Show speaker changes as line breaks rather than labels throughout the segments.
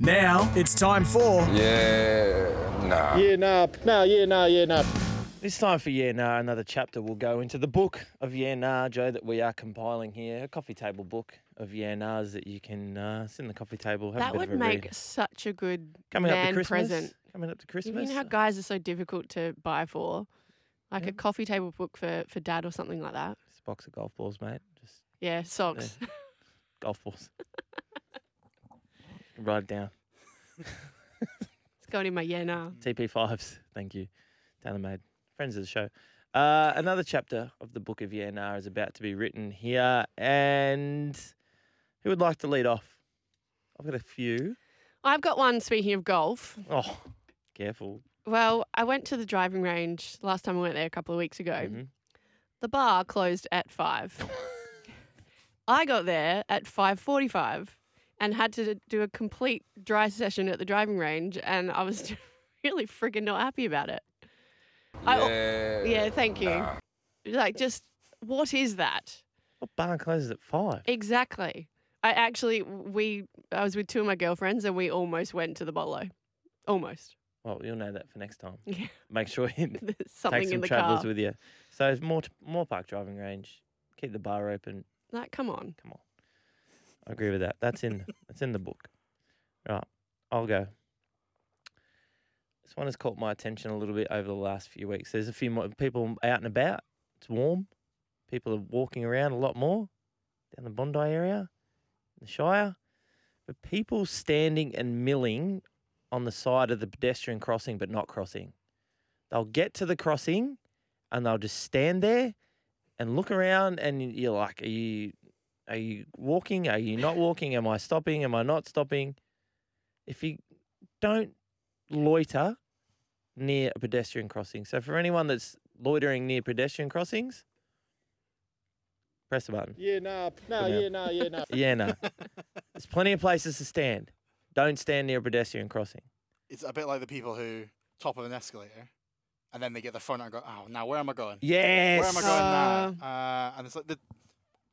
Now it's time for
Yeah, nah.
Yeah, nah. No, yeah, nah, yeah, nah.
This time for Yeah Nah, another chapter will go into the book of Yeah Nah, Joe, that we are compiling here, a coffee table book of Yeah Nahs that you can uh, sit in the coffee table, have a
That
bit
would
of a
make
read.
such a good
Coming up
man
to Christmas.
present.
Coming up to
You
Christmas.
know how guys are so difficult to buy for, like a coffee table book for for dad or something like that.
Just a box of golf balls, mate. Just
Yeah, socks.
golf balls. Write it down.
it's going in my yeah nah.
TP5s. Thank you. Dana Made. Friends of the show. Uh, another chapter of the book of Yeah Nah is about to be written here. And who would like to lead off? I've got a few.
I've got one. Speaking of golf,
Oh, careful.
well, I went to the driving range last time I went there a couple of weeks ago. The bar closed at five. I got there at five forty-five and had to do a complete dry session at the driving range, and I was really freaking not happy about it. I al-
Yeah.
Yeah, thank you. Like, just what is that
What bar closes at five?
exactly? I actually, we, I was with two of my girlfriends and we almost went to the bolo. Almost.
Well, you'll know that for next time.
Yeah.
Make sure you
There's
take
something in
some
the
travellers
car.
with you. So it's more t- more park driving range. Keep the bar open.
like, come on.
Come on. I agree with that. That's in that's in the book. Right. I'll go. This one has caught my attention a little bit over the last few weeks. There's a few more people out and about. It's warm. People are walking around a lot more down the Bondi area, the Shire. But people standing and milling on the side of the pedestrian crossing, but not crossing. They'll get to the crossing and they'll just stand there and look around, and y- you're like, are you, are you walking? Are you not walking? Am I stopping? Am I not stopping? If you don't loiter near a pedestrian crossing, so for anyone that's loitering near pedestrian crossings, press the button.
Yeah, nah. No,
Good man.
yeah, nah, yeah, nah.
Yeah, no. There's plenty of places to stand. Don't stand near a pedestrian crossing.
it's a bit like the people who top of an escalator and then they get the phone out and go, oh, now where am I going?
Yes.
Where am I going now? Uh, and it's like, the,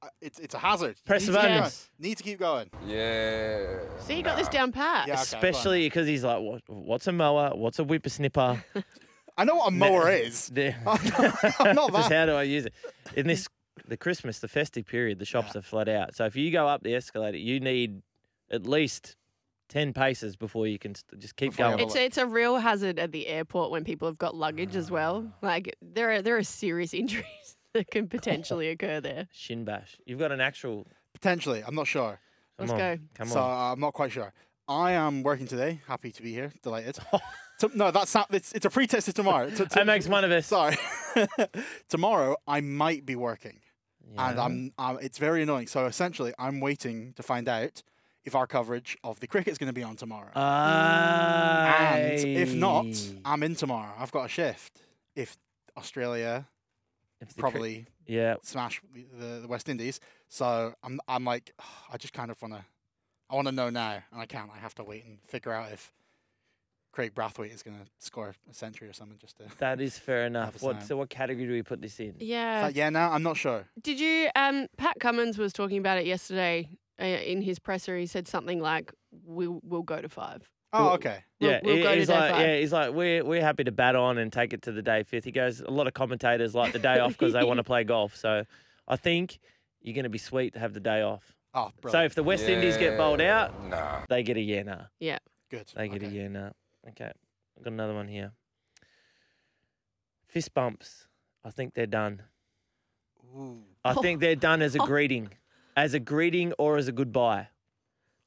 uh, it's, it's a hazard. You
Press
need
the
to keep
button.
going.
Yes.
Need to keep going.
Yeah.
See, you got this down pat.
Yeah. okay, go on.
Especially because he's like, what, what's a mower? What's a whippersnipper?
I know what a mower is.
The-
I'm not- I'm not
Just
that.
how do I use it? In this, the Christmas, the festive period, the shops are flat out. So if you go up the escalator, you need at least 10 paces before you can st- just keep
Before you
going.
have
It's
Well,
a, it's a real hazard at the airport when people have got luggage as
Mm.
well. Like, there are, there are serious injuries that can potentially occur there.
Shin bash. You've got an actual.
Potentially. I'm not sure.
Come
Let's
on,
go.
Come
so
on.
uh, I'm not quite sure. I am working today. Happy to be here. Delighted. So- no, that's not, it's, it's a pretest to tomorrow. To- to-
That makes one of us.
Sorry. tomorrow, I might be working. and
Yeah.
I'm, i it's very annoying. So essentially, I'm waiting to find out if our coverage of the cricket's going to be on tomorrow. and if not,
Aye.
I'm in tomorrow. I've got a shift. If Australia
If the cri-
probably
yeah.
smash the- the, the West Indies, so I'm I'm like "Ugh, I just kind of want to I want to know now, and I can't. I have to wait and figure out if Craig Brathwaite is going to score a century or something. Just to Is
That is fair enough.
a
What
sign.
so what category do we put this in?
Yeah.
that yeah, now I'm not sure.
Did you? Um, Pat Cummins was talking about it yesterday uh, in his presser. He said something like, "We'll we'll go to five.
Oh, okay.
We'll,
yeah,
we'll
he-
go
he's
to day
like,
five.
yeah, he's like, we're we're happy to bat on and take it to the day fifth. He goes, a lot of commentators like the day off because they want to play golf. So, I think you're going to be sweet to have the day off.
Oh,
So
brilliant.
if the West Indies get bowled
Yeah,
out,
Nah.
they get a yeah nah.
Yeah.
good.
They get a
Okay.
yeah nah. Okay, I've got another one here. Fist bumps. I think they're done.
Ooh.
I think they're done as a greeting, as a greeting or as a goodbye.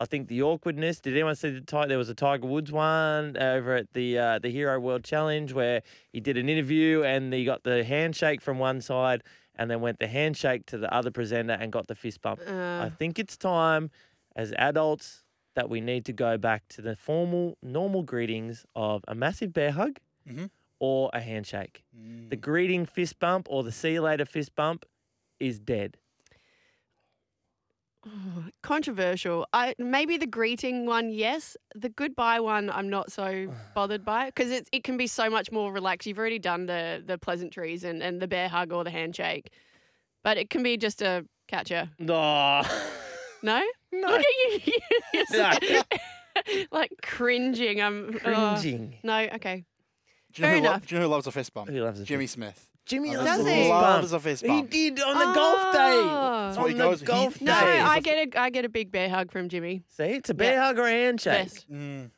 I think the awkwardness. Did anyone see the ti- there was a Tiger Woods one over at the uh, the Hero World Challenge where he did an interview and he got the handshake from one side and then went the handshake to the other presenter and got the fist bump. I
Uh,
think it's time as adults that we need to go back to the formal normal greetings of a massive bear hug
Mhm.
or a handshake.
Mm.
The greeting fist bump or the see you later fist bump is dead.
controversial. I maybe the greeting one, yes. The goodbye one, I'm not so bothered by because it it can be so much more relaxed. You've already done the the pleasantries and and the bear hug or the handshake, but it can be just a catcher.
No.
No,
no.
look at you. You're so- like cringing. I'm oh.
Cringing.
No, okay.
Do you, know
Fair
who lo-
enough.
do you know who loves a fist bump?
Who loves a
Jimmy
fist-
Smith.
Jimmy
Oh,
that's
loves
a
a
fist
fist
bump.
bump.
Loves a fist
He
bump.
did on the golf day.
That's
what
on
he goes-
the
he-
golf
Oh. No,
day.
I get a I get a big bear hug from Jimmy.
See, it's a bear
Yeah.
hug or a handshake.
Best.
Mm.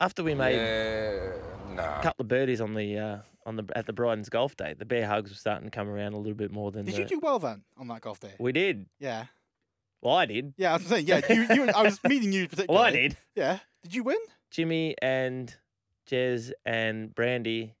After we made
Uh,
a
nah.
couple of birdies on the uh, on the at the Bryden's golf day, the bear hugs were starting to come around a little bit more than
Did
the,
you do well then on that golf day?
we did.
Yeah.
Well, I did.
Yeah, I was saying, yeah, you, you, I was meeting you particularly.
Well, I did.
Yeah. Did you win?
Jimmy and Jez and Brandy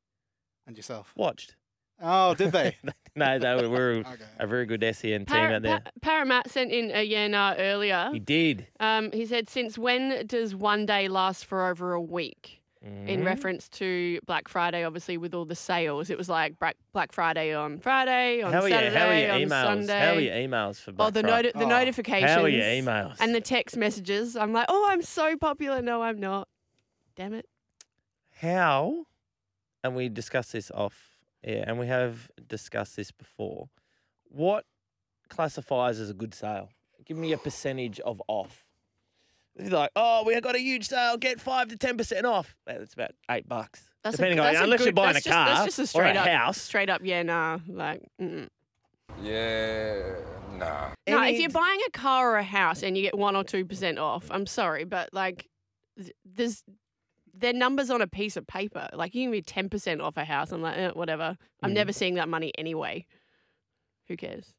And yourself.
watched.
Oh, did they?
No, they were, we were
Okay.
a very good SEN team
Par- oh.
out there.
Pa- Paramat sent in a Yenar earlier.
He did.
Um, he said, "Since when does one day last for over a week?" In
Mhm.
reference to Black Friday, obviously with all the sales, it was like Bra- Black Friday on Friday, on
how are
Saturday,
you? How are your
on
emails?
Sunday.
How are your emails for Black
Oh, the
Friday?
noti- the
Oh.
notifications.
How are your emails?
And the text messages. I'm like, oh, I'm so popular. No, I'm not. Damn it.
how, and we discussed this off air, and we have discussed this before. What classifies as a good sale? Give me a percentage of off. If you're like, oh, we have got a huge sale, get five to ten percent off. eh, That's about eight bucks,
That's a-
depending on
that's a
unless you're
good-
buying a
that's just-
car
that's just a
or
straight
a
up-
house.
Straight up, yeah, nah. Like, mm-mm.
Yeah, nah.
no. If
Any-
you're buying a car or a house and you get one or two percent off, I'm sorry, but like, th- there's their numbers on a piece of paper. Like, you can be ten percent off a house. I'm like, eh, whatever. I'm
Mhm.
never seeing that money anyway. Who cares?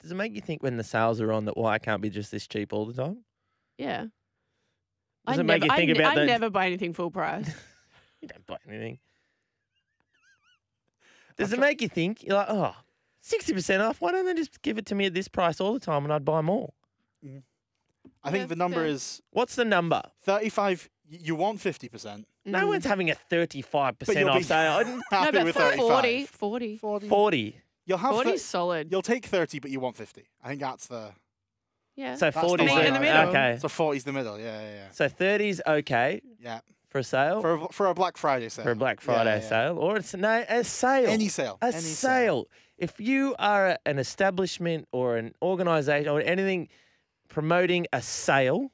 does it make you think when the sales are on that why I can't be just this cheap all the time?
Yeah.
Does
I
it make
never,
you think
I, ne-
about
I
that?
never buy anything full price.
You don't buy anything. Does it make you think? You're like, oh, 60% off. Why don't they just give it to me at this price all the time and I'd buy more?
I
Yeah,
think the number
fair.
is
What's the number?
35. y- You want 50%.
No
Mm.
one's having a 35%
you'll
off
be-
sale.
No,
Happy
but
with
40,
35.
40.
40.
40.
You'll have
40
thir-
is solid.
You'll take 30, but you want 50. I think that's the.
Yeah.
So
That's the
40 's
line
o-
In the middle.
Okay.
So 40's the middle. Yeah, yeah, yeah.
So 30's okay
Yeah.
for a
oh.
sale, for,
For a, for a Black Friday sale.
a Black
Yeah,
Friday
yeah.
sale, or it's no, a sale.
Any sale.
a
any
sale. If you are a- an establishment or an organisation or anything promoting a sale,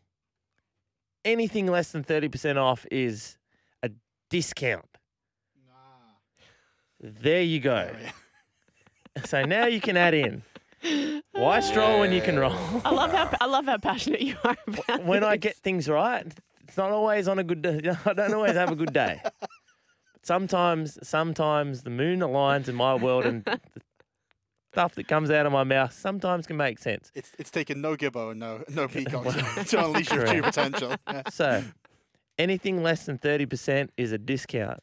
anything less than thirty percent off is a discount. There you go.
There we are.
so now you can add in. Why stroll when you can roll?
I love how I love how passionate you are about
when I
this.
get things right, it's not always on a good day. I don't always have a good day. Sometimes, sometimes the moon aligns in my world, and the stuff that comes out of my mouth sometimes can make sense.
It's it's taken no Gibbo and no no Peacock to, to unleash your true potential. Yeah.
So, anything less than thirty percent is a discount.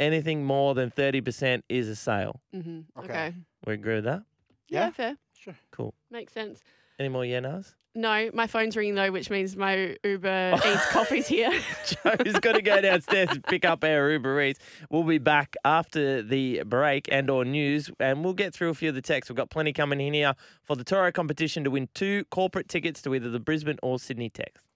Anything more than thirty percent is a sale.
Mhm,
Okay.
okay.
We agree with that.
Yeah.
Yeah?
fair.
Sure.
Cool.
Makes sense.
Any more yenas?
No, my phone's ringing though, which means my Uber Eats coffee's here.
Joe's got to go downstairs and pick up our Uber Eats. We'll be back after the break and or news, and we'll get through a few of the texts. We've got plenty coming in here for the Toro competition to win two corporate tickets to either the Brisbane or Sydney Tex.